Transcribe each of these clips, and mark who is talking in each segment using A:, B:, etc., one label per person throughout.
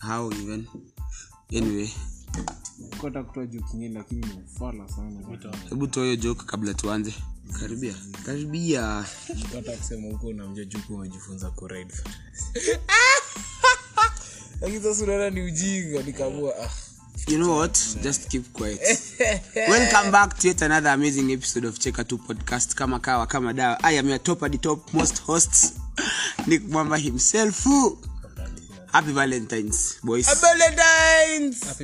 A: how even anyway
B: kotakutoa juu kingine lakini ni fala sana
A: hebu toa hiyo joke kabla tuanze karibia karibia
C: hata kusema huko unamjua juku umejifunza kuride lakini sasa unaona ni ujinga nikaamua ah
A: you know what just keep quiet welcome back to yet another amazing episode of cheka 2 podcast kama kawa kama dawa i am your top and top most hosts nick mwamba himself happy valentines boys
C: happy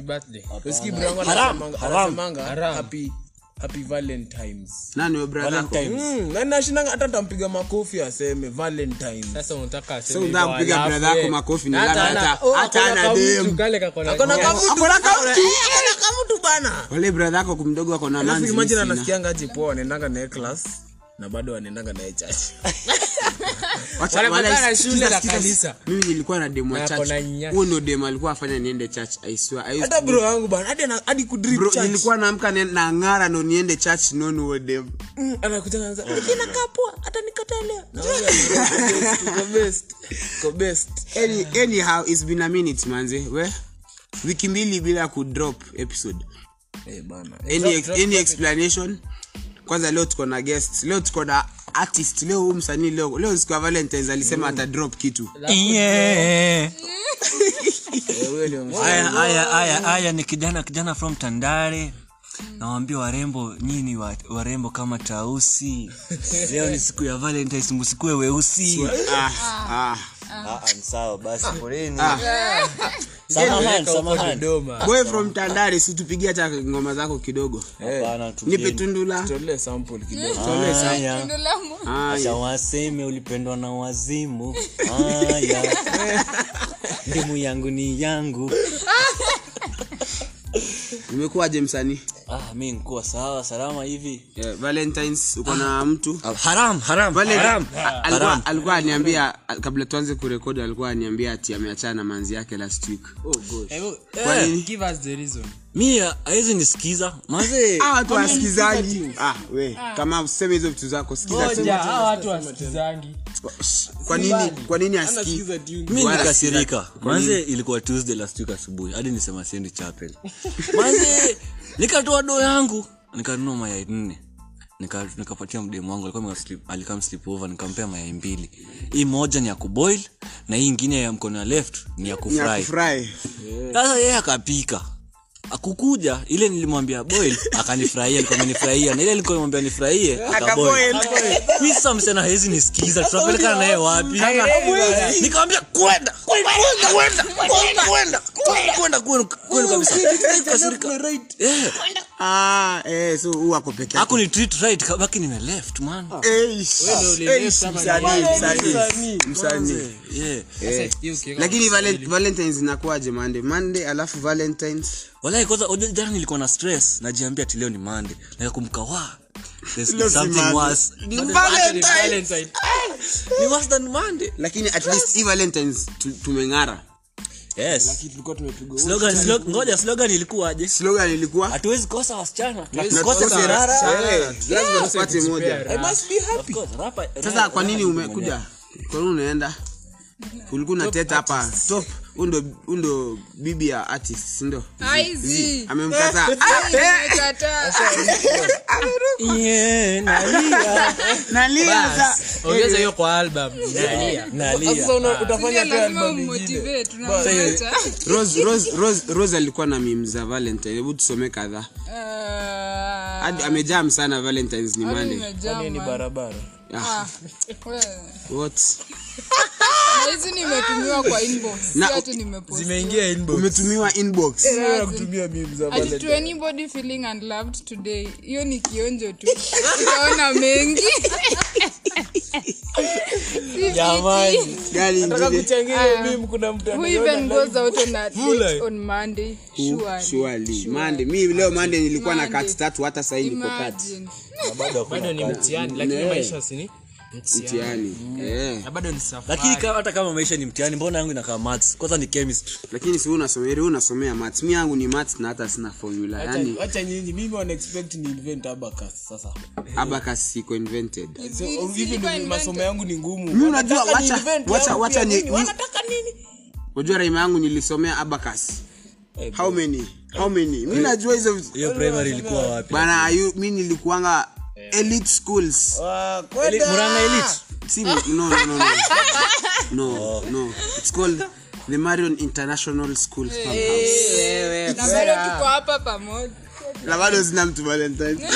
C: birthday usikii bro wangu anasemanga anasemanga happy happy valentines
A: nani we brother yako?
C: Mm, na nashinanga hata tampiga makofi aseme valentines
D: sasa unataka aseme
A: So unataka
D: hivyo,
A: kupiga
D: alafu
A: brother yako
D: yeye-
A: makofi ni
D: Hata ana-
A: labda hata-
D: oh,
A: hata
D: akona
A: ana
D: kamutu
A: dem.
D: kale kakona
C: akona
D: nini.
C: Oh, kamutu
A: Akona kamutu.
C: akona Eh, kamutu bana
A: wale brother yako kumdogo ako na
C: alafu
A: manzi
C: imagine
A: mimi sina.
C: anasikianga aje poa wanaendanga naye class na bado wanaendanga naye chache
A: Wacha-
D: Wale
A: wala-
D: brother ya
A: sikiza,
D: shule la
A: sikiza,
D: kanisa.
A: mimi nilikuwa na demu wa
D: Na ako
A: church
D: na nyasi.
A: huyo ndo dem alikuwa afanya niende church i swear I used
C: hata
A: to-
C: bro wangu bana hadi ana- hadi kudrip
A: Bro,
C: church.
A: nilikuwa naamka ni- na ngara ndo niende church nono huyo dem
C: Mm, anakutana anza, "Lakini nakaa poa, hata nikataliwa." Na wewe, uko best, uko best.
A: Any-
C: Ah.
A: anyhow it's been a minute manze we wiki mbili bila kudrop episode
C: Eh, bana.
A: any, any explanation kwanza leo tuko na guest leo tuko na artist leo huu msanii leo leo siku ya valentines alisema
C: Mm.
A: ata drop kitu
C: Eh, wewe ndio msanii.
E: aya aya aya aya ni kijana kijana from tandare nawambia warembo nyini wa, warembo kama tausi leo ni siku ya valentines msikuwe weusi
A: ah, ah.
F: sawa basi poleni
A: Anyway,
F: samahani samahani
C: Dodoma.
A: boy from tandare situpigie hata ngoma zako kidogo
C: Eh.
F: hapana
A: nipe
F: tulieni
A: tundula
C: Tutolee sample kidogo.
F: haya
G: ndolamu
A: Aya.
F: acha waseme ulipendwa na wazimu haya ndimu yangu ni yangu
A: umekuwaje msanii
F: ah mi nkuwa sawa salama hivi
A: yeah, valentines uko na mtu
F: Ah, haram haram
A: Valen-
F: haram
A: a- alikuwa- alikuwa aniambia al- kabla tuanze kurekodi alikuwa aniambia ati ameachana na manzi yake last week
F: Oh,
A: Eh, Kwa
F: Eh.
A: nini?
D: give us the reason
F: mi awezi nisikiza maze
A: Ah, watu wasikizangi ah, we kama useme hizo vitu zako sikiza tu.
D: moja hawa watu wasikizangi
A: kwa nini kwa nini asikii
F: mi
A: Wala
F: nikasirika manze ilikuwa tuesday last week asubuhi hadi nisema siendi chapel manze nikatoa doo yangu nikanunua mayai nne Nika- nikapatia mdemu wangu alikuwa ameka- alikam over nikampea mayai mbili hii moja ni ya kuboil na hii ingine ya mkono ya left ni ya
A: Ni ya
F: kufry
A: kufurahi
F: sasa yeye akapika akukuja ile nilimwambia boil akanifurahia alikuwa amenifurahia na ile nilimwambia nifurahie akaboil mi sasa msichana hawezi nisikiza tutapelekana naye wapi nikamwambia kwenda kwenda kwenda kwenda kwenda kwenda kwenda kwenda kabisa kasirika Eh,
A: ah, eh, so huu ako peke yake.
F: hakuni treat right kabaki nime left man
A: Eh, ish. Eh, ish, msanii, msanii, msanii
F: yeah
A: Eh, lakini valen- valentines inakuwaje mande mande alafu valentines
F: walai kwanza unajua jana nilikuwa na stress najiambia ti leo ni mande nakakumbuka wa there's
A: Leo si Monday.
F: something worse
A: Ni Valentine.
F: ni worse than monday
A: lakini at least hii valentines tu- tumeng'ara
F: yes Slogan- slog- ngoja slogan ilikuwaje
A: slogan ilikuwa
F: hatuwezi kosa wasichana
A: Na
F: hatuwezi kosa
A: tukose
F: sarara.
A: ra- eh, lazima tupate moja
C: I must be happy.
F: Of course, rapa-
A: sasa
F: rapa-
A: kwa nini
F: rapa-
A: umekuja kwa nini unaenda ulikuwa unateta hapa top undo undo bibi ya artist si ndo
G: aizi
A: amemkataa Ah, eh,
G: kataa
F: Yeah, nalia
A: nalia sasa.
D: ongeza hiyo kwa album
F: nalia Ah.
C: Sasa una- utafanya tu
G: lazima
C: album nyingine.
G: ummotivate unamwacha
A: Rose- Rose- Rose- rose alikuwa na mim za valentine hebu tusome kadhaa
G: Eh, Ah,
A: Hadi amejam sana valentines ni mande
G: nimejaa
C: Ni
G: man.
C: barabara.
A: Ah,
G: Ah, we.
A: what
G: Na hizi nimetumiwa kwa inbox si
A: Na-
G: hati nimepost
C: Zimeingia inbox.
A: umetumiwa inbox
C: Wewe unakutumia memes za
G: Ati
C: Valentine.
G: to anybody feeling unloved today hiyo ni kionjo tu ikaona mengi Si
F: Jamani.
G: fiti.
A: gari
C: Nataka
A: ingine
C: kuchangia hiyo meme, kuna mtu
G: who
C: anaiona
G: even goes out on a
C: Mule.
G: date on monday surely.
A: Surely. Mande mi leo mande nilikuwa na
G: Mande.
A: kati tatu hata sahii niko kati
G: Imagine.
D: bado ni mtihani
A: Ne.
D: lakini maisha sini
A: mtihani Eh.
D: na bado ni safari
F: lakini kama- hata kama maisha ni mtihani mbona yangu inakaa maths kwanza ni chemistry
A: lakini si wewe unasomea wewe unasomea maths mi yangu ni maths na hata sina formula Yaani, yani
D: Yaani-
C: Wacha- wacha nyinyi mimi wana expect ni invent abacus sasa
A: abacus siko invented
C: So,
G: Si-
C: hivi
G: si
C: ndio
G: invented.
C: masomo yangu ni ngumu
A: mi unajua
C: Wanataka
A: wacha
C: ni invent
A: wacha
C: yangu
A: wacha
C: pia
A: ni
C: mimi,
A: ni-
C: wanataka nini
A: unajua raima yangu nilisomea abacus how many how many mi najua hizo vitu.
F: hiyo primary ilikuwa wapi
A: bana ayu- mi nilikuanga elite schools
F: Eli- muranga elite
A: si no no no no no no it's called the marion international school farmhouse
G: na bado tuko hapa pamoja
A: na bado sina mtu valentine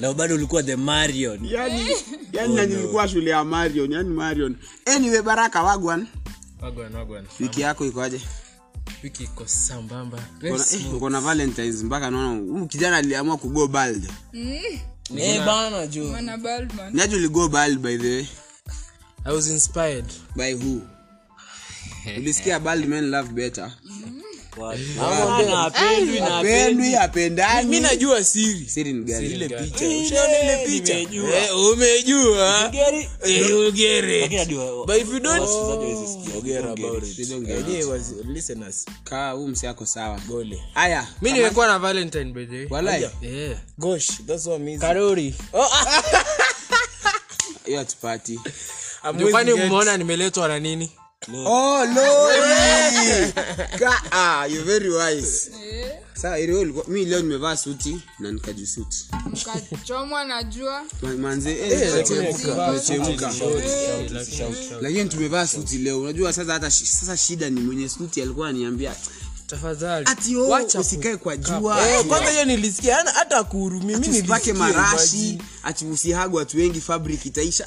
F: na bado ulikuwa the marion
A: yani yani na nilikuwa shule ya marion yani marion anyway baraka wagwan
D: Wagwan, wagwan.
A: wiki yako ikoaje
D: wiki iko sambamba
A: Uko na- eh, uko na valentines mpaka naona huyu kijana aliamua kugo bald
D: Eh, bana jo
G: mwana balman
A: niaje uligo bald by the way
D: i was inspired
A: by who ulisikia bald men love better
C: Eh?
F: apendwi Ah, na
A: apendwi apendani
D: mi najua siri
A: siri ni gani ile picha
D: ushaona ile picha Eh, umejua Eh, ugere
F: apendwi
D: but if you don't
A: kaa huyu msi ako sawa haya
D: mi nimekuwa na valentine by the way.
A: walai
D: Yeah.
C: gosh that's what means
A: hiyo hatupati
D: Kwani mmeona nimeletwa na nini
A: oh lori ka ah you very wise
D: Eh?
A: sawa ile wewe ulikuwa mi leo nimevaa suti na nikajisuti
G: ukachomwa na jua
A: Ma- manze eh, tunachemka, tunachemka. lakini tumevaa suti leo unajua sasa hata shi- sasa shida ni mwenye suti alikuwa aniambia
D: tafadhali
A: ati oh, usikae kwa jua
D: Eh,
C: kwanza hiyo nilisikia yaani hata kuhurumi mi
A: usipake
C: nilisikia
A: marashi ati usihagu watu wengi fabric itaisha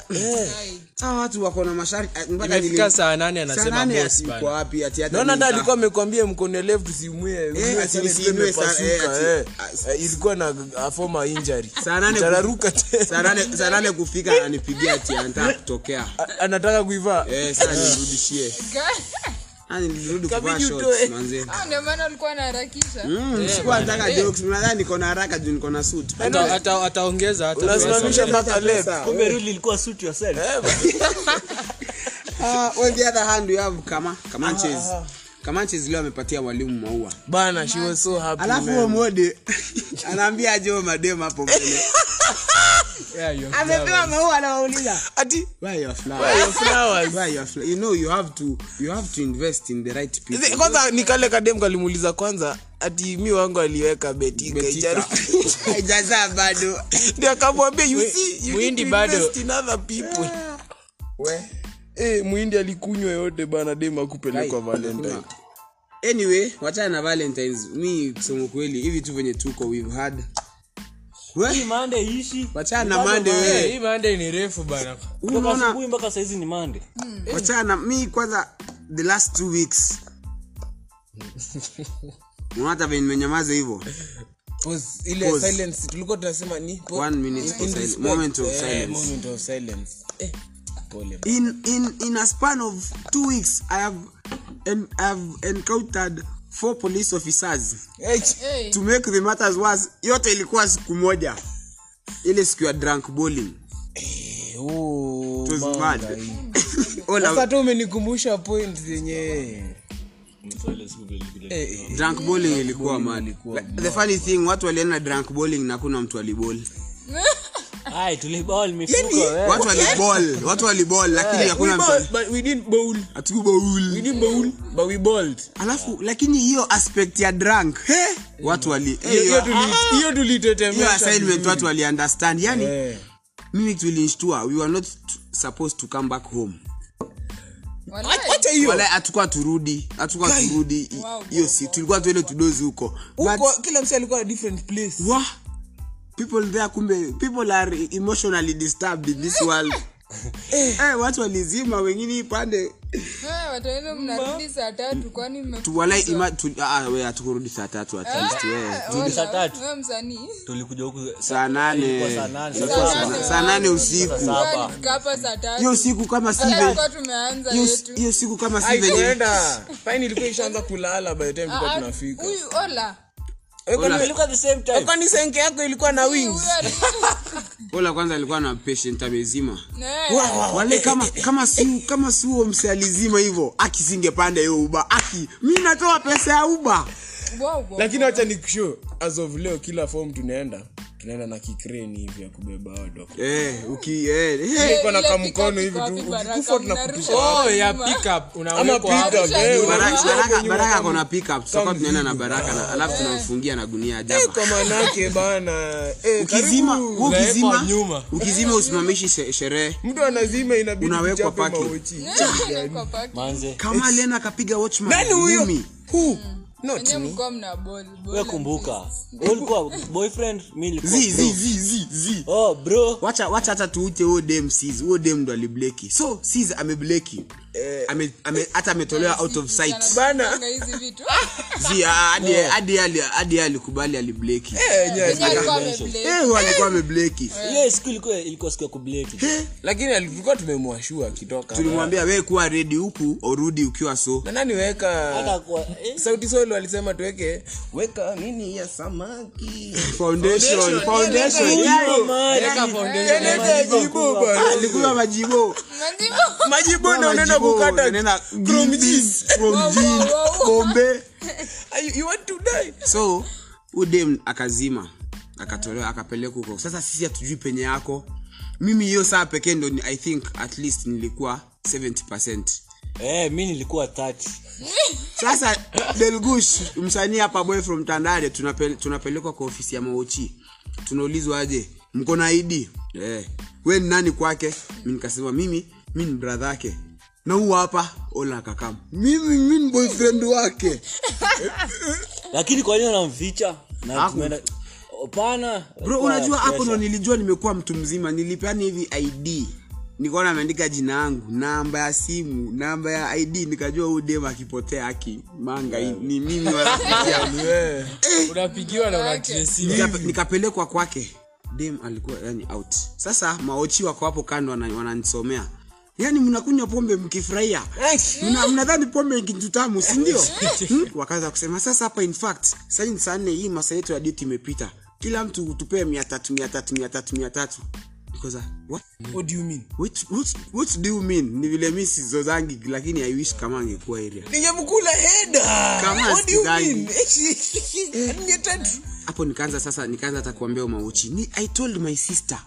A: saa watu wako na masharti ah, mpaka
D: Eh. imefika
A: nili-
D: saa nane
A: saa
D: anasema
A: nane
D: boss
A: ati
D: bana.
A: uko wapi ati hata
C: naona hata
A: mimi-
C: alikuwa amekwambia mkono refu tusimue mwe
A: Eh, ati
C: sana
A: nisiinue
C: tuseme
A: sana,
C: pasuka,
A: eh, ati-
C: eh.
A: ah,
C: Eh, ilikuwa na a former injury
A: Saa nane-
C: tararuka tena.
A: Saa nane- saa nane kufika ananipigia ati anataka kutokea
C: A- anataka kuivaa
A: eh, saa nirudishie Ah, nilirudi kuvaa
C: Kabidi
A: shorts,
C: utoe.
A: manze
G: Ah, ndio maana ulikuwa naharakisha
A: Mm, sikuwa nataka jokes, mnadhani niko na haraka juu niko na suit
D: Ata- ata- ataongeza hata
C: unasimamisha mpaka left
F: kumbe rudi ilikuwa suit yourself
A: Ah, on the other hand we have kama kamanches kamanches leo amepatia walimu maua
C: bana she was so happy
A: alafu huo mode anaambia jo madem hapo mbele amepewa maua anawauliza
C: ati
A: Buy your flowers. Buy your fla- you know you have to you have to invest in the right people
C: Zi- kwanza nikale kadem kalimuuliza kwanza ati mi wangu aliweka beti
A: Betika. haijazaa bado
C: ndi akamwambia you see, you need
D: muhindi
C: to
D: bado.
C: invest in other people Eh, mwindi alikunywa yote bana dem akupelekwa valentine
A: anyway wachana na valentines mi kusema kweli hivi tu venye tuko we've had We,
F: mande ishi
A: wachana na mande wewe
D: hii mande ni refu bana
A: Huyu
F: toka
A: unaona
F: asubuhi mpaka saizi ni mande
A: wachana mi kwanza the last two weeks Unaona hata venye nimenyamaza hivyo
C: Pause, ile
A: Pause.
C: silence tulikuwa tunasema ni po-
A: One minute for
C: in
A: sil-
C: respect.
A: moment of
C: Eh,
A: silence.
C: moment of silence. Eh, pole.
A: in in in a span of two weeks i have and i have encountered four police officers
C: Eh,
G: hey,
A: to make the matters worse yote ilikuwa siku moja ile siku ya drunk bowling
C: oh,
A: It was
C: man.
A: mad. All
C: sasa
A: our-
C: tu umenikumbusha point zenye Eh, eh.
A: drunk bowling ilikuwa mad the funny thing watu walienda drunk bowling na kuna mtu aliball
F: ai tulibao
A: Yaani,
F: limefuka wewe
A: watu waliball watu waliball lakini hakuna mtu ali-
C: But we didn't bowl.
A: hatukubowl
C: We didn't bowl, but we bowled.
A: alafu lakini hiyo aspect ya drunk he, watu wali eh,
C: Hiyo
A: hiyo-
C: tuli- hiyo
A: hiyo
C: tulitetemeka
A: assignment watu waliunderstand yani
C: Eh.
A: mimi tulinshtua we were not t- supposed to come back home
G: walai.
C: Acha Eh, hiyo.
A: Wala hatukuwa turudi hatukuwa turudi i-
G: Wow,
A: hiyo
G: wow,
A: si tulikuwa tuende tudozi huko but
C: Huko, kila msi alikuwa na different place
A: wa people there kumbe people are emotionally disturbed in this world Eh, watu walizima wengine hii pande
G: Eh, watu wenu mnarudi saa tatu kwani mme-
A: Tu- walai ima- tu- ah, ah, we hatukurudi saa tatu at least we
G: Ah, wala,
F: saa tatu.
G: wewe msanii
F: tulikuja huku
A: saa nane
F: saa nane, saa
A: Ilikuwa
G: saba.
A: saa- saa nane usiku
F: Saba.
G: Wewe nikapa saa
A: hiyo
G: tatu
A: siku kama si
G: Sasa
A: ve-
G: tulikuwa tumeanza
A: hiyo-
G: yetu
A: hiyo siku kama si
C: Ai,
A: venye
C: kwenda. Fine, ilikuwa ishaanza kulala by the time tulikuwa
G: Ah, ah,
C: tunafika
G: huyu ola
C: Eh, kwani-
F: tulikuwa the same
C: eh,
F: time
C: kwani senke yako ilikuwa na Ah, wings
G: Huyu ali-
A: ola kwanza alikuwa na patient amezima
G: Eh,
A: wale kama kama si kama si huo msalizima hivyo aki singepanda hiyo uba aki mi natoa pesa ya uba
G: wow, wow.
C: lakini wacha nikusho as of leo kila form tunaenda tunaenda na kikreni hivi ya kubeba wado
A: Eh, uki- eh, eh.
C: iko na
G: Ile
C: kamkono
G: pick-up
C: hivi
G: iko
C: tu
G: wapi, Baraka?
C: ukikufa tunakupisha
G: Mnarusha
D: oh
G: wapi
D: ya
G: nyuma?
D: pickup
C: ama
D: unawekwa hapo
C: pick up, eh,
G: Baraka-
C: unarusha
A: baraka
C: hapo nyuma
A: baraka
C: kama-
A: kona pickup tutakuwa tunaenda na baraka na alafu tunamfungia na gunia ya jaba
C: kwa manake bana eh,
A: ukizima
C: karibu.
A: wewe ukizima
D: Unawekwa nyuma.
A: ukizima usimamishi se- sherehe
C: mtu anazima inabidi
A: Unawekwa
C: tuchape
A: paki.
C: maochi
G: Kwa paki.
A: kama lena akapiga watchman
C: nani huyo
A: ngumi.
C: Who? Not
G: Wenyewe
C: me.
G: mlikuwa mna ball, ball
F: we
G: and
F: kumbuka Wewe ulikuwa boyfriend mi nilikuwa
A: Zi,
F: bro.
A: zi, zi, zi, zi.
F: oh bro
A: wacha wacha hata tuute huo dem Sis, huo dem ndo alibleki so Sis amebleki Ame- ame- hata ametolewa out of sight
C: Bana.
G: Sana hizi vitu.
A: Zi, ah, hadi- hadi ali- hadi alikubali alibleki
C: Eh, yes.
G: Wenyewe alikuwa ameblame.
A: Eh, huyo alikuwa amebleki
F: hiyo siku ilikuwa ilikuwa siku ya kubleki
C: lakini alikuwa tumemwashua akitoka
A: tulimwambia we kuwa redi huku urudi ukiwa so
C: na nani
F: Hata
C: weka
F: kwa- eh,
C: sauti solo alisema tuweke weka nini ya samaki
A: foundation foundation
F: hiyo
A: yeah.
F: maji.
C: Eleza jibu
G: Ah,
C: bwana.
A: alikuwa majibu
G: Mandimu.
C: majibu na unena
A: Majibu,
C: kukata
A: unaenda
C: chrome
A: gimbi,
C: jeans.
A: chrome
G: Wow, wow,
A: jeans,
G: wow.
A: kombe
C: Are you- you want to die?
A: so udem akazima akatolewa akapeleka huko sasa sisi hatujui penye yako mimi hiyo saa pekee ndo ni- i think at least nilikuwa 70
F: eh mi nilikuwa 30
A: sasa delgush msanii hapa boy from tandale tunapel, tunapelekwa kwa ofisi ya maochi tunaulizwa aje mko na id eh. we ni nani kwake mi nikasema mimi mi ni bradha yake na huu hapa ola akakam mimi mi ni boyfriend wake
F: lakini kwa nini anamficha Na
A: Haku-
F: tumeenda- hapana
A: bro
F: alikuwa
A: unajua hapo ndo
F: pressure.
A: nilijua nimekuwa mtu mzima nilipeani hivi id nikaona ameandika jina yangu namba ya simu namba ya id nikajua huu dem akipotea akimanga hii, ni mimi wanapitia.
C: Eh.
D: unapigiwa na unatresiwa
A: Nika- nikapelekwa kwake dem alikuwa yani out sasa maochi wako hapo kando wana- wananisomea yaani mnakunywa pombe mkifurahia
C: Eh.
A: Mna- mnadhani pombe ni kitu tamu sindio hmm? wakaanza kusema sasa hapa in fact sasa ni saa nne hii masaa yetu ya duty imepita kila mtu tupee mia tatu mia tatu mia tatu mia tatu Nikaza, what?
C: What do you mean?
A: What, what, what do you mean ni vile mi sizozangi lakini i wish kama angekuwa area
C: Ningemkula heda.
A: Kama
C: What do you
A: sidhani.
C: mean? Mia tatu.
A: hapo nikaanza sasa nikaanza hata kuambia mauchi ni i told my sister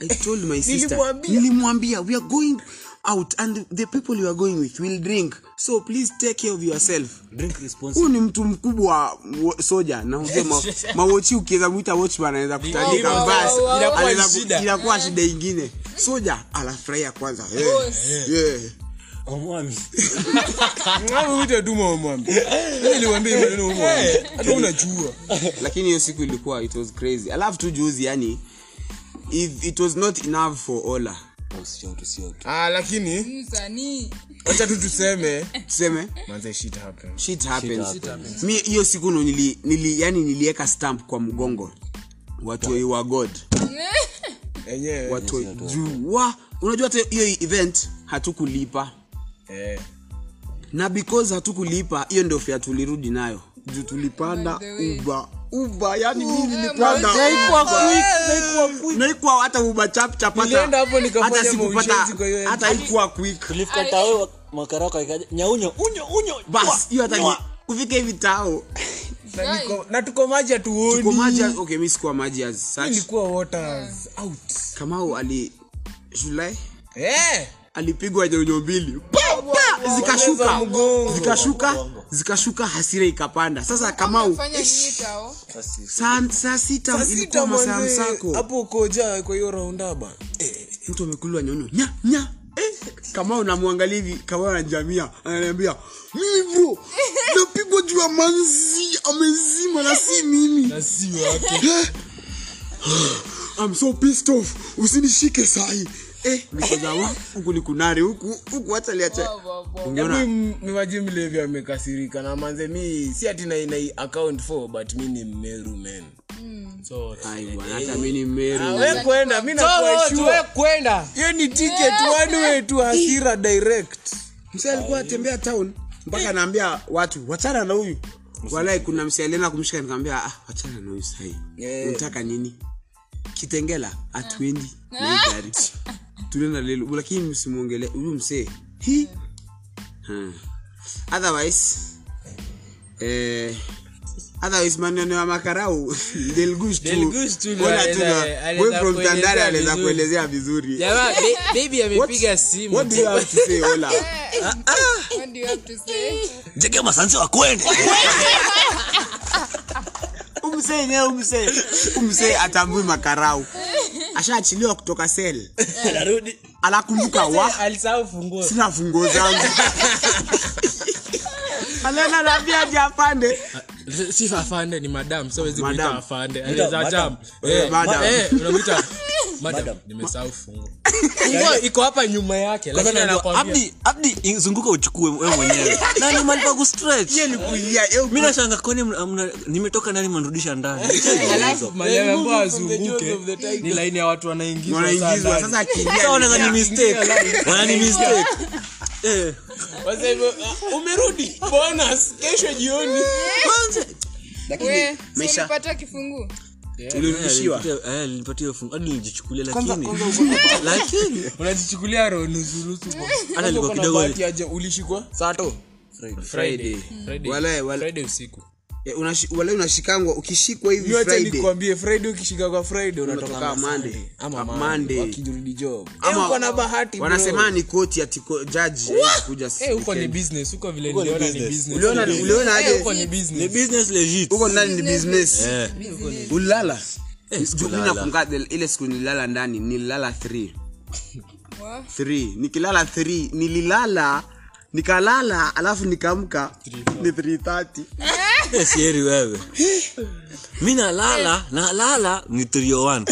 A: i told my sister
C: Nilimwambia.
A: nilimwambia we are going out and the people you are going with will drink so please take care of yourself
F: Drink responsibly.
A: huu ni mtu mkubwa wa- soja na ujue ma, mawochi ukiweza mwita watchman anaweza
D: Wow,
A: kutandika
D: wow,
A: basi
D: wow, wow. Inakuwa
A: Anaweza ku-
D: shida.
A: inakuwa shida ingine soja anafurahia kwanza Eh,
G: Oh.
A: eh.
F: Omwami.
C: Mwamu wite tu mwamu. Mimi niwaambie maneno mwamu. Hata unajua.
A: lakini hiyo siku ilikuwa it was crazy alafu tu juzi yani if it was not enough for ola
C: Ah lakini
G: Msanii.
C: acha tu tuseme
A: tuseme
C: manze shit happen.
A: shit happens. Shit happens. mi hiyo siku ndo nili, nili, yani nilieka stamp kwa mgongo watoi wa god
G: Eh.
C: Enyewe.
A: watoi juu wa unajua hata hiyo event hatukulipa
C: Eh.
A: na because hatukulipa hiyo ndio fia tulirudi nayo juu tulipanda
G: By the way.
A: uba uba yani mi nilipanda
G: Mandimu.
A: naikwa hata uba chap chap
C: Nilienda
A: hata
C: hapo nikafanya
A: hata sikupata
C: maushenzi kwa hiyo-
A: hata ikuwa quick
F: Tulifkata wewe makarako ikaja nyaunyo unyo unyo.
A: bas hiyo hata ni- kufika hivi tao
C: Na niko- Na tuko maji hatuoni.
A: tuko maji okay mi sikuwa maji as
C: Mimi
A: such
C: Nilikuwa waters out.
A: kamau ali julai
C: Eh.
A: alipigwa nyonyo mbili Pa, pa,
C: Wanaeza
A: zikashuka
C: mgongo.
A: zikashuka zikashuka hasira ikapanda sasa kamau
G: Fanya nini tao?
A: saa saa sita ilikuwa masaa
C: manze,
A: msako
C: hapo koja kwa hiyo raundaba
A: mtu amekuliwa nyonyo nya nya eh. kamau namwangalia hivi kamau anajamia ananiambia mimi bro napigwa juu ya manzi amezima na si mimi Eh. I'm so pissed off usinishike sahi eh, nikozawa huku ni kunari huku huku hata liacha
G: Wow, wow, wow.
A: ungeona
C: miwaji mlevi amekasirika na manze mi si ati na- na account for but mi ni mmeru men
A: Ai, bwana, hata mimi ni Mary.
C: Ah, we kwenda mi nakuwa sure.
D: kwenda
C: hiyo ni ticket one way tu hasira direct
A: msee alikuwa atembea town mpaka anaambia watu wachana na huyu walai kuna msee alienda kumshika nikaambia ah, wachana na huyu sahi
C: Yeah.
A: unataka nini kitengela atwendi na hii gari tulienda lelo lakini msimwongele huyu msee hi Hmm. otherwise eh, otherwise maneno ya makarau delgush
C: Delgush tu ndo
A: Ona tu
C: anaweza-
A: na-
C: anaweza
A: wewe from
C: kuelezea
A: Tandale anaweza
C: vizuri.
A: kuelezea vizuri
C: jamaa ba- baby
A: What-
C: amepiga
A: what
C: simu
A: do you have to say ola
G: What do you have to say?
F: njege masanzi wakwende
A: umsee yenyewe umsee umsee atambui makarau ashaachiliwa kutoka sel
F: narudi
A: anakumbuka wa
C: alisahau funguo
A: sina funguo zangu alena naambia aje apande
C: si afande ni madam so wezi
A: Madam.
C: kuita afande anaweza
F: madam.
C: jam Eh,
A: Madam.
C: ma- eh, unamuita madam nimesahau funguo funguo iko hapa nyuma yake lakini anakwambia
F: abdi abdi zunguka uchukue wewe mwenyewe na ni mali pa kustretch
A: Hiyo ni kuingia hiyo
F: mi nashanga kwani mna- mna- nimetoka nani mnarudisha ndani
C: alafu mali ambayo azunguke ni laini ya watu wanaingizwa
A: wanaingizwa
C: sana.
A: sasa
F: Saonanga Yaani ni
A: akiingia
F: mistake wana ni mistake Eh,
C: Sasa hivyo, ah, umerudi bonus kesho jioni
G: We, si
A: maisha-
G: ulipata kifunguu
A: tulirudishiwa
F: nilipatia- eh, nilipatia hiyo fungu- hadi nilijichukulia
A: kwanza
F: lakini
A: kwanza uko-
F: lakini
C: unajichukulia roho nusurusu
F: hata liko kidogo
C: ulishikwa sato
A: Friday. Walahi, wala-
C: friday usiku
A: Eh, unashi- wala unashikangwa ukishikwa hivi
C: wacha
A: Friday,
C: nikwambie friday ukishika kwa friday unatoka
A: unatoka Monday.
C: ama
A: Monday.
C: wakijurudi job
A: Ama-
C: Eh, uko na bahati bro.
A: wanasema ni koti ati ko- jaji kuja s-
C: Eh, uko ni business uko vile niliona ni business
A: uliona uliona
C: Eh, uko
A: aje
C: ni business
F: ni business legit
A: huko ndani ni business Eh. ulala
F: Eh, sikulala.
A: nakumbuka ile siku nililala ndani nililala 3 3 nikilala 3 nililala nikalala alafu nikamka ni 330
F: Eh, sieri wewe mi nalala nalala ni 301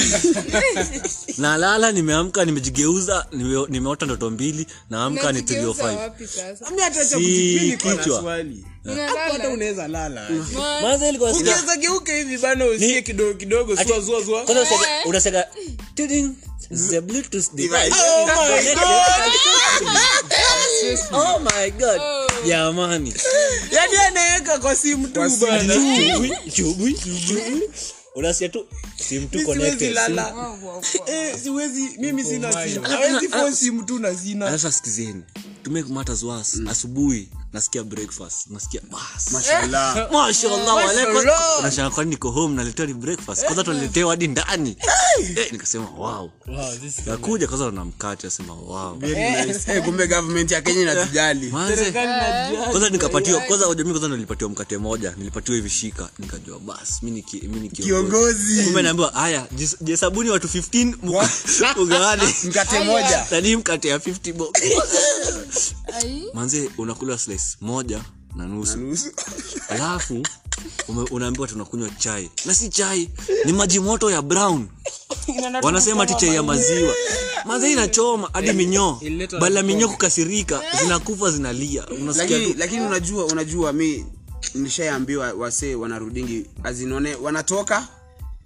F: nalala nimeamka nimejigeuza nime- nimeota ndoto mbili naamka ni
G: Unajigeuza
F: 305
G: wapi sasa?
B: Mimi hata cha
F: Si
B: kujibibi niko na
F: kichwa.
B: swali.
A: Ah.
B: Hata
G: Unalala.
B: unaweza lala.
G: Ma-
F: Mwanzo ilikuwa sina-
B: Ukianza geuka hivi bana usikie kidogo kidogo zua zua zua.
F: Kwanza unasaga- unasaga, "Tiding, the Bluetooth device
A: Oh
F: is connected." Oh my God. jamani
B: Yaani anaweka kwa simu tu bana.
F: Chubui, chubui, chubui. unasikia tu simu tu
B: Siwezi
F: connected, simu-
B: lala.
G: Wow, wow, wow.
B: Eh, siwezi mimi sina simu. Hawezi phone simu tu na sina.
F: Alafu sasa sikizeni to make matters worse
A: Mm.
F: asubuhi nasikia breakfast nasikia bas
A: mashallah
F: Mashallah, wale kwa- unashangaa kwani niko home naletewa ni breakfast
A: Eh.
F: kwanza tunaletewa hadi ndani Eh, nikasema wow
B: Yaani
F: nakuja kwanza wanamkate asema wow
A: very nice eh kumbe government ya Kenya inatujali
F: Manze, kwanza nikapatiwa kwanza wajamii kwanza nilipatiwa mkate moja nilipatiwa hivi shika nikajua bas mi ni ki- mi ni
A: Kiongozi.
F: kumbe naambiwa haya jis- jisabuni watu 15 muga- mugawane
A: mkate moja
F: nani mkate ya 50 bob
G: Ai,
F: manze unakula slice moja na nusu
A: nusu
F: alafu ume- unaambiwa tunakunywa chai na si chai ni maji moto ya brown wanasema ti chai ya maziwa manze inachoma hadi minyoo bala minyoo kukasirika zinakufa zinalia unasikia
A: lakini
F: tu
A: lakini unajua unajua mi nishaambiwa wasee wanarudingi azinone wanatoka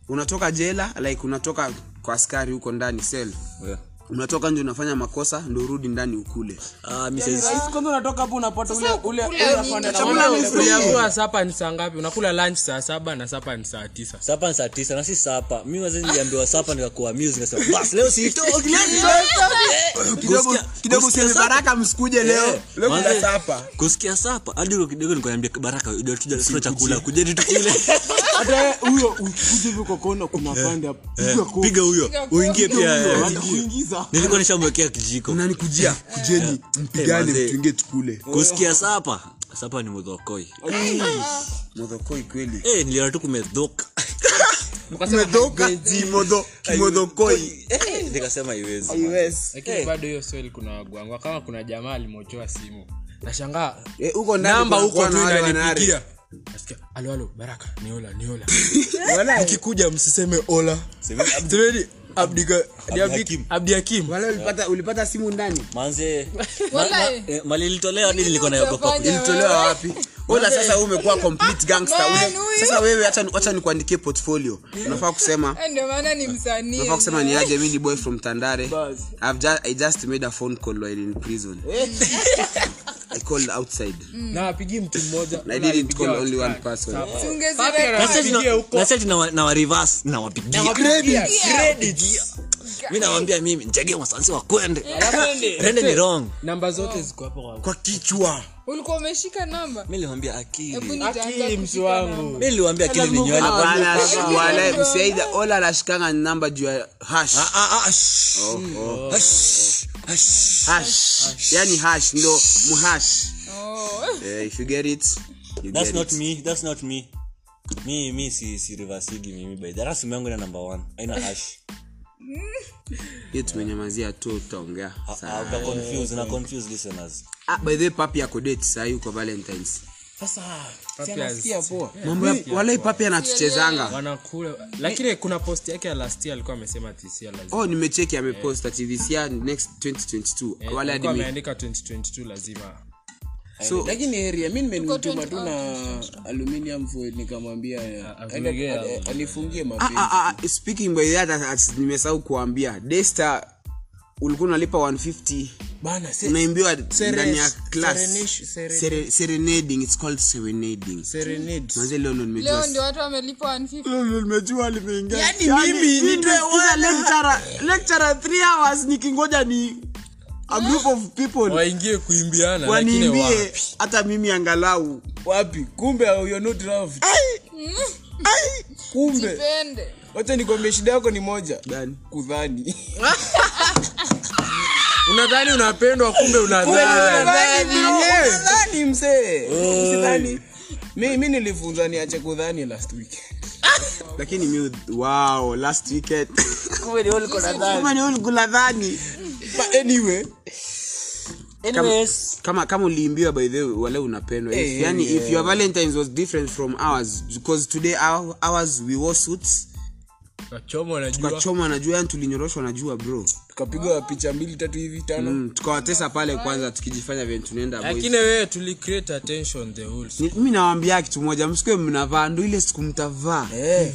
A: unatoka jela like unatoka kwa askari huko ndani sel
F: Yeah.
A: unatoka nje unafanya makosa ndo urudi ndani ukule
F: Ah, mi siwezi-
B: Kwanza unatoka hapo unapata ule ule
G: kula nini?
C: Unaambiwa sapa ni saa ngapi unakula lunch saa saba na sapa ni saa tisa
F: sapa ni saa tisa na si sapa mi wazee niliambiwa sapa nikakuwa muse nikasema bas leo sitoki leo sitoki."
A: kidogo
F: Kusikia-
A: kidogo
F: kusikia
A: useme
F: sapa-
A: baraka msikuje leo
F: Eh,
A: leo
F: manze,
A: kuna sapa
F: kusikia sapa hadi huko kidogo nikuambia baraka ndio tuja sura chakula kujeni tukule
B: hata huyo ukuje hivi kwa kona kuna pande hapo. Piga kofi.
F: piga huyo
G: Piga kofi.
F: uingie pia
B: Atakuingiza.
F: nilikuwa nishamwekea kijiko
A: unanikujia kujeni mpigane
F: manze.
A: mtuingie tukule
F: kusikia sapa sapa ni mudhokoi
A: modhokoi kweli
F: eh niliona tu kumedhoka
A: medhoka kimodho kimodhokoi
F: Eh, nikasema iwezi
A: US.
C: lakini bado hiyo swali kuna wagwangwa kama kuna jamaa alimochoa simu nashangaa
A: Eh, huko ndani
C: namba
A: kuna-
C: huko tu
A: kuna wale wanare.
C: inanipigia Nasikia, alo alo baraka ni ola ni ola
A: Wala-
C: mkikuja msiseme ola semeni Abdika- Abdi- abdi hakim
A: wala ulipata ulipata simu ndani
F: manze
G: Wallahi.
F: malilitolewa hadi nilikuwa
G: Nini
F: naogopa
G: utafanya?
A: ilitolewa wapi ola sasa wewe umekuwa complete gangster
G: Man,
A: Ule-
G: huyu.
A: sasa wewe acha acha nikuandikie portfolio unafaa kusema
G: Eh, ndio maana ni
A: unafaa kusema
G: msanii
A: ni aje mimi ni boy from Tandare I've just, I just made a phone call while in prison I called outside
C: na apigi mtu mmoja
A: and I didn't call only one person
G: Ungezira-
F: Message na-
C: Napigia huko.
F: message na wa- na wa reverse, nawapigia.
C: Nawapigia.
F: Credit. mi nawambia mimi njage masansi wakwende
C: Eh,
F: rende ni wrong
C: namba zote ziko hapo kwa-
F: kwa kichwa
G: ulikuwa umeshika namba
F: mi liwambia akili
G: hebu nitaanza
C: Akili, msi
G: kushika
C: wangu.
G: namba.
F: mi liwambia akili ni nywele kwa-
A: Hapana, wala- msiaida- ola anashikanga namba juu ya hash Oh,
F: Ah, ah, ah, shh. Ah, shh. Ah, shh.
A: hash yani hash ndo mhash Eh, if you get it you
F: That's
A: get
F: not
A: it.
F: me, that's not me. Mi- mi si- si reversigi mimi by the way. Hata simu yangu ina number one haina Ah, hash
A: hiyo tumenyamazia tu tutaongea
F: Ah,
A: Sawa.
F: ah, uta confuse, una confuse listeners.
A: Ah, by the way papi yako date saa hii uko valentines
C: Nasikia poa.
A: mambo ya- walai papi anatuchezanga
C: wanakula lakini kuna post yake ya last year alikuwa amesema tisia lazima
A: oh nimecheki amepost ati this year next 2022 wala
C: Eh, alikuwa
A: hadi mi-
C: ameandika 2022 lazima
A: so
B: lakini area mi nimenituma
G: 20
B: tu na
G: Oh,
B: aluminium foil nikamwambia aende-
C: afungie
B: a- a- anifungie
A: ah,
B: mapenzi
A: ah, ah, speaking by that at- at- nimesahau kuambia desta ulikuwa unalipa 150
B: bana se-
A: unaimbiwa ndani ya class
C: serenish- sere-
A: Sere- serenading it's called serenading
C: serenade
A: manze leo ndo
G: leo
A: nimejua
G: ndio watu wamelipa 150
A: nimejua limeingia
B: Yaani Yaani mimi mimi nitoe
A: nitoe lecturer lecturer 3 hours nikingoja ni a group of people
C: waingie kuimbiana lakini
A: waniimbie
C: wapi
A: hata mimi angalau
B: wapi kumbe uh, you're not loved. Mm. kumbe
G: pende
B: wacha nikwambia shida yako ni moja
A: Gani?
B: kudhani
C: unadhani unapendwa kumbe unadhani Oh.
B: Unadhani, mzee Usidhani. mi mi nilifunza niache kudhani last week
A: lakini mi wow last weekend Kama ni wewe ulikula dhani
B: but anyway
A: Anyways. kama kama uliimbiwa by the way wale unapendwa
B: Eh,
A: if, yani if your valentines was different from ours because today our, ours we wore suits
C: nachoma najua
A: tukachoma na jua yani tulinyoroshwa na jua bro
B: tukapigwa picha mbili tatu hivi tano
A: mm, tukawatesa pale kwanza tukijifanya venye tunaenda boys.
C: lakini wewe tuli create attention the whole
A: Ni- mi nawambia kitu moja msikue mnavaa ndo ile siku mtavaa
B: Eh.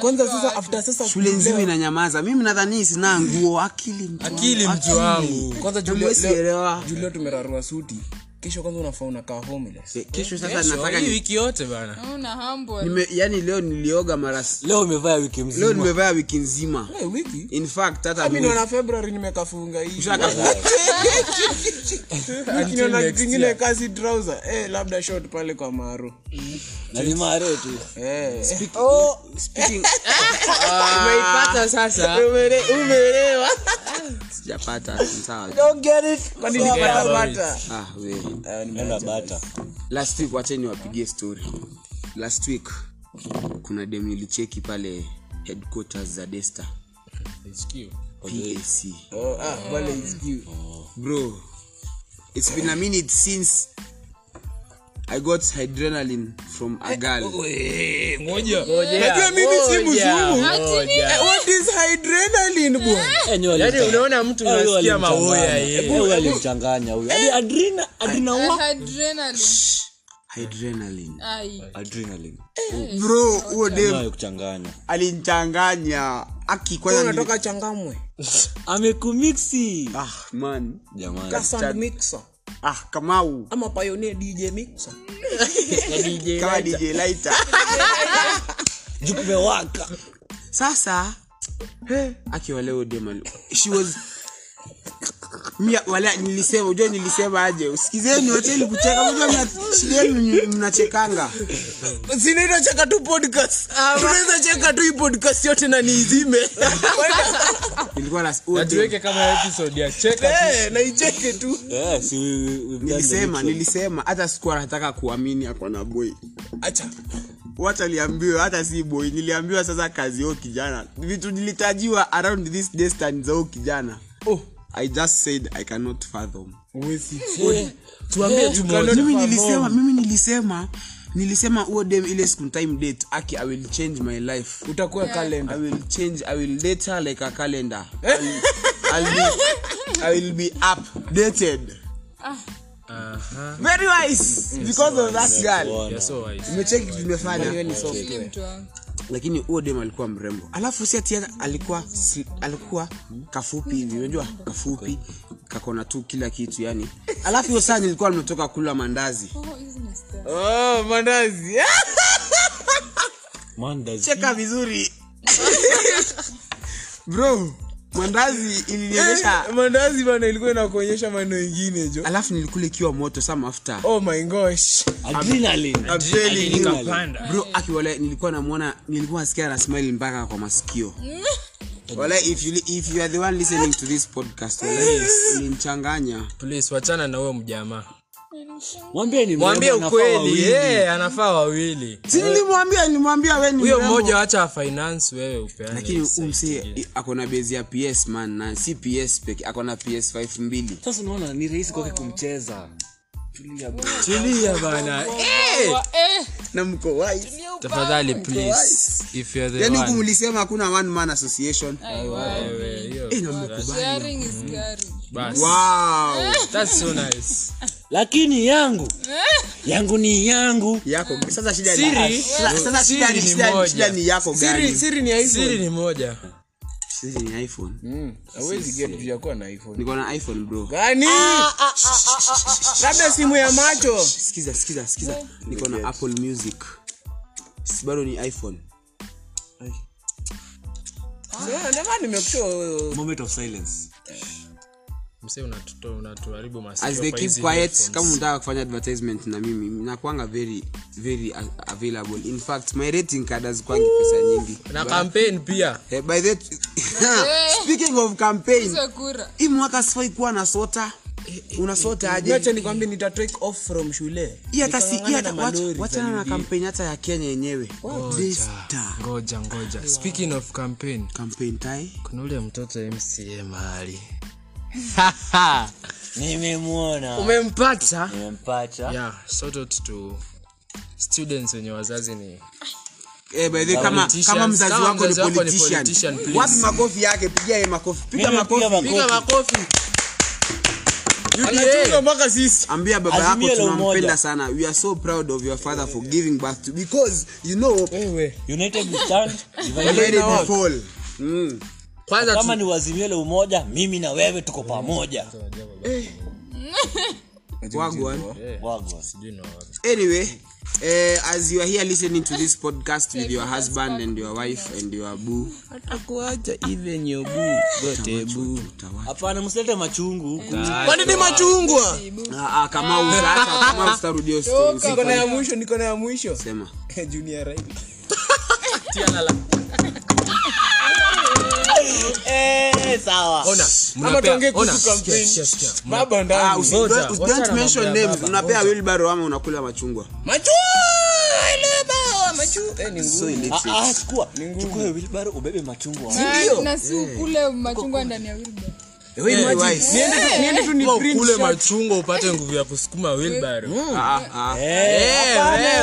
B: kwanza sasa after sasa
A: shule nzima inanyamaza mimi nadhani sina nguo akili mtu wangu,
C: akili mtu wangu
B: kwanza
A: Jambo
B: Julia- leo-
A: sielewa.
B: Julia tumerarua suti kesho kwanza unafaa unakaa homeless
A: Eh, kesho sasa
C: Kesho,
A: nataka
C: hii
A: ni-
C: wiki yote bana
G: una humble
A: nime- yani leo nilioga mara s-
F: leo umevaa wiki
A: leo
F: mzima
A: nimevaa wiki nzima
B: hey, Eh, wiki
A: in fact hata
B: mi
A: mwezi-
B: naona february nimekafunga hii
A: Shaka-
B: Wiki naona kitu ingine kasi trouser eh labda short pale kwa maro
F: na ni mare tu
B: eh
A: speaking
C: umeipata sasa
A: sijapata sawa
B: kwani nilipata
C: about
B: bata
A: ah wewe
F: enda bata
A: last week wacheni wapigie story last week kuna dem nilicheki pale headquarters za desta pac
B: Oh, ah, wale is cute.
A: Oh. bro it's been a minute since i got adrenaline from a
F: Eh, oh,
A: girl
C: moja
B: Najua mimi si
C: Oh,
B: mzungu.
G: Ati
B: Eh, what is adrenaline, bwana?
F: Eh,
C: yaani unaona mtu unasikia mawoya yeye Eh.
F: huyo alimchanganya huyo Hadi Yaani adrena adrena
G: ni
F: wa-
G: adrenaline
A: adrenaline
G: ai
F: adrenaline
A: bro huo dem
F: Nayo kuchanganya
A: alinchanganya aki
B: Wewe
A: kwanza nili-
B: unatoka changamwe
F: amekumiksi
A: ah man
F: jamani
B: Kasand mixer
A: ah kamau
B: ama pioneer dj mixer
A: kama dj lighter
F: jukumewaka
A: sasa aki wale huo dem ali- she was Mia, wala nilisema ujue nilisema aje usikizeni wacheni kucheka unajua mna- shida yenu ni mnachekanga
B: zinaitwa cheka tu podcast unaweza cheka tu hii podcast yote na niizime
A: ilikuwa na huo dem-
C: tuweke kama episode ya cheka
B: Eh, na icheke tu
F: Eh, si we- we- we've done the
A: nilisema
F: ritual.
A: nilisema hata sikuwa nataka kuamini ako na boy
B: acha
A: watu aliambiwa hata si boy niliambiwa sasa kazi huo kijana vitu nilitajiwa around this distance za huo kijana
B: Oh.
A: i just said i cannot fathom
C: tuambie tumoja
A: mimi nilisema mimi nilisema nilisema huo dem ile siku time date aki i will change my life
B: utakuwa
A: i
B: kalenda
A: will change i will date her like a calendar I'll, I'll be, i will be updated very wise because of that girl
F: Bwana.
C: so wise
A: umecheki tumefanya
G: ili mtu wangu
A: lakini huo dem alikuwa mrembo alafu si ati alikuwa si- alikuwa kafupi hivi unajua kafupi kakona tu kila kitu yani alafu hiyo saa nilikuwa nimetoka kula mandazi
G: oh hizi ni stars.
B: Oh, mandazi
F: Mandazi.
A: cheka vizuri bro mandazi ilinionyesha
C: mandazi bana ilikuwa inakuonyesha maneno ingine jo
A: alafu nilikula ikiwa moto saa mafuta
C: oh my gosh
F: adrenaline
A: I'm telling you.
E: Nikapanda.
A: bro akiwale nilikuwa namwona nilikuwa nasikia na smile mpaka kwa masikio wala if you, if you are the one listening to this podcast wala nilimchanganya
C: please wachana na huyo mjamaa
F: mwambie ni
C: mwambie
F: mrembo, anafaa
C: ukweli
F: wawili.
C: yeye anafaa wawili
A: si nilimwambia nilimwambia we ni
C: huyo
A: mrembo.
C: mmoja wacha finance wewe upeane
A: lakini
C: sasa.
A: umsee akona bezi ya ps man na si ps peke akona ps5 mbili
F: sasa unaona ni rahisi kwake kumcheza Tulia bro.
C: tulia bana
G: Wa- eh,
A: na mko wise
C: tafadhali please if you're the
A: yani Yaani huku
C: one
A: mlisema hakuna one man association
C: wewe hiyo
A: Eh, na mmekubali.
G: sharing is caring.
C: basi
A: wow
C: that's so nice
F: lakini yangu yangu ni yangu
A: yako sasa shida ni-
C: Eh. Siri- Oh,
A: Sasa- sasa
C: siri
A: shida ni-
C: ni
A: shida ni-
C: moja.
A: shida ni yako
C: siri
A: gani
C: siri ni siri ni moja
A: siri ni iphone
C: Mm, hawezi get juu ya kuwa na iPhone
A: niko na iphone bro
C: gani Yaani? ah, labda simu ya macho
A: sikiza sikiza sikiza
C: Eh?
A: niko na apple music Si bado ni iphone
B: Eh,
C: ndio nimekushoa wewe
F: moment of silence
C: msee unatutoa unatuharibu masikio
A: as they keep quiet kama unataka kufanya advertisement na mimi nakwanga very very a- available in fact my rating card hazikwangi pesa nyingi
C: na campaign pia
A: Eh, by the speaking of campaign
G: Hizo kura.
A: hii mwaka sifai kuwa na sota unasota
C: acha
A: aje
C: nikwambie nita take off from shule
A: Hii hata si- hii
C: Nikang'ang'ana
A: hata-
C: na
A: wacha-
C: malori
A: wachana na kampeni hata ya kenya yenyewe Daystar
C: ngoja ngoja speaking of campaign
A: campaign tai
C: kuna ule mtoto mca mahali
E: nimemwona
C: umempata
E: nimempata
C: yeah shout out to students wenye wazazi ni
A: Eh, by the way, kama,
C: Politicians.
A: kama mzazi
C: Kama
A: wako ni
C: mzazi wako ni
A: politician
C: politician, please.
A: wapi makofi yake piga ye makofi piga
E: Mimi
A: makofi
E: napiga makofi.
C: makofi
E: Anachunga
C: mpaka sisi
A: ambia baba
E: Azimio
A: yako
E: la
A: tunampenda
E: umoja.
A: sana we are so proud of your father for giving birth to because you know
C: wewe
E: united we stand divided
A: let it
E: we fall.
A: fall mm.
C: kwanza
E: kama ni wazimiele umoja mimi na wewe tuko pamoja
A: Wagwan.
E: Wagwan.
A: anyway eh, as you are here listening to this podcast with your husband and your wife and your boo
C: tutakuacha even your boo gote boo
F: hapana msilete machungu huku
C: kwani ni machungwa
A: ah, ah, kama utaacha kama utarudia story
C: niko na ya mwisho niko na ya mwisho
A: sema
C: junior right
E: Eh, sawa
C: ona
B: Ama tuongee
C: mnapea
B: kuhusu
C: ona
B: campaign.
C: sikia sikia sikia baba
A: ah,
C: ndani
A: usi-
C: Ngoja,
A: don't-
C: wachana
A: don't
C: na
A: mention
C: mambo ya
A: names
C: baba.
A: unapea wilbaro ama unakula machungwa
C: machu ile baba machu eh ni
A: so
C: ngumu
A: illiterate
E: Ah, ah, chukua chukua hiyo wheelbarrow, ubebe machungwa
G: Ah, na si ukule machungwa ndani ya wilbur
A: Wewe ni wise.
C: Eh, niende tu ni kule machungwa upate nguvu ya kusukuma
G: Hmm.
C: wheelbarrow
A: Ah, ah, ah.
E: Eh,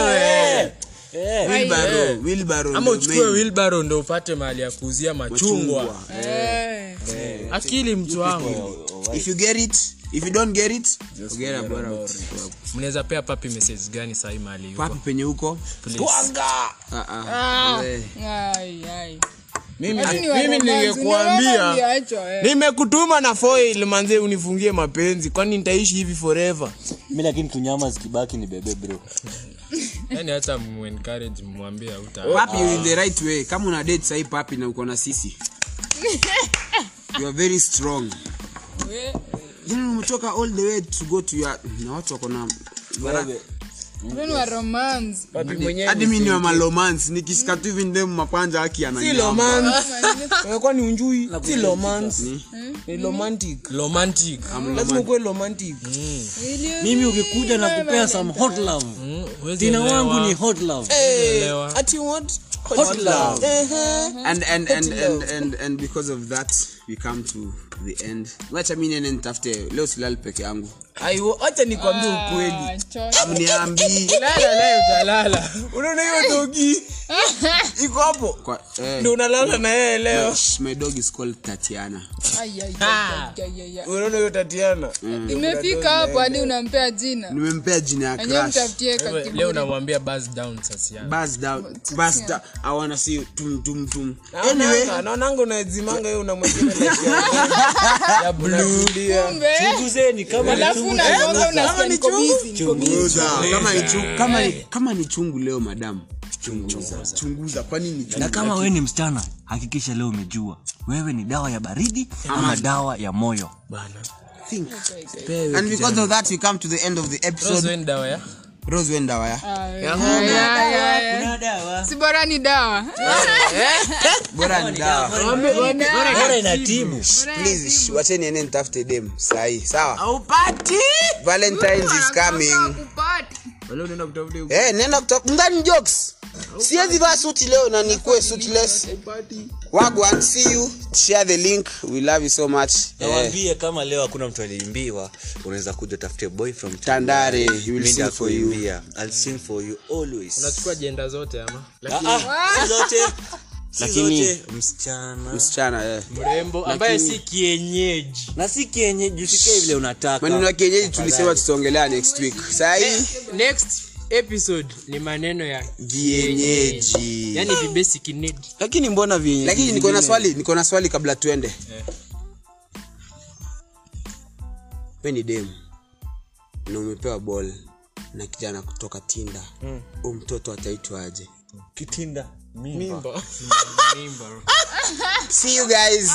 C: wewe
A: Wilbaro, Wilbaro
C: ama
A: ndio
C: uchukue
A: main.
C: wheelbarrow ndio upate mahali ya kuuzia machungwa
A: Chungwa.
G: eh.
C: akili mtu wangu
A: if you get it if you don't get it forget about it
C: mnaweza pea papi message gani sahi mahali yuko
A: papi penye huko
C: please
A: ah, ah. Eh.
G: Ai, ai.
C: mimi
G: Watu Yaani ni
C: mimi
G: waromansi, unaona
C: ningekuambia
G: mliachwa, eh.
C: nimekutuma na foil manze unifungie mapenzi kwani nitaishi hivi forever
E: mi lakini tunyama zikibaki ni bebe bro
C: yani Yaani hata muencourage mwambie auta
A: papi you in the right way kama una date sahi papi na uko na sisi you are very strong
G: We-
A: Yaani umetoka all the way to go to your na watu wako na
G: watu ni waromansi.
C: papi mwenyewe
A: hadi mimi ni wa malomance nikishika tu hivi ndio mapanja haki ananiamba
B: umekuwa ni unjui si romance ni romantic
C: romantic
B: lazima ukuwe romantic
F: mimi ukikuja na kupea some hot love
C: Hmm, Huwezi
F: jina
C: elewa,
F: wangu ni hot love
B: Eh.
C: elewa.
B: ati what
F: hot love
A: and and and and and and because of that we come to the end wacha mimi nene nitafute leo silali peke yangu
B: aiwo acha nikwambie ukweli
G: Ah, chocho.
A: mniambii
C: Lala, leo utalala.
B: unaona hiyo dogi iko hapo
A: kwa eh,
B: ndio unalala na yeye leo
A: Shh, my dog is called Tatiana.
G: Ai, ai, ai, ai, ai, ai.
B: unaona hiyo tatiana eh.
G: imefika hapo hadi unampea jina
A: Nimempea jina ya
G: enyewe
A: crush.
G: mtafutie
C: Wewe,
G: kategori.
C: leo namwambia buzz down sasa yani.
A: Buzz down, buzz down. I wanna see you tum tum tum.
B: Naonanga- Ah, naonanga unazimanga hiyo unamwekea like ya- ya blue
G: Kumbe,
E: chunguzeni kama ni
G: alafu
E: chungu-
G: unagonga unasikia niko busy.
A: Chunguza. Kama ni chungu, kama ni- kama ni chungu leo madam.
B: chunguza kwa nini
E: na kama wewe ni msichana hakikisha leo umejua wewe ni dawa ya baridi ama dawa ya moyo
A: and because of that we come to the end of the episode
C: dawa ya
A: rose wendawa ya
G: si bora ni dawa
A: bora ni dawa
F: bora inatibu
A: please sh- wacheni ene nitafute dem sahi sawa valentines is coming Eh, nenda kuta- mdhani jokes siwezi vaa suti leo na nikuwe suitless wagwan see you share the link we love you so much eh,
F: nawambie kama leo hakuna mtu aliimbiwa unaweza kuja utafute boy from
A: tandare he will
F: Mimi
A: sing for you
F: nitakuimbia. I'll sing for you always.
C: unachukua jenda zote ama
F: Ah, ah, si zote, si
A: Lakini-
F: zote. msichana
A: msichana eh.
C: mrembo ambaye si kienyeji
F: na si kienyeji usikae vile
A: maneno
F: unataka
A: ya kienyeji tulisema tutaongelea next week
C: Eh.
A: sahii
C: next episode ni maneno ya
A: kienyeji
C: yani the basic need
F: lakini mbona vyenye
A: lakini niko na swali niko na swali kabla tuende we ni demu na umepewa bol na kijana kutoka tinda u mtoto ataitwaje
F: kitinda
A: see you guys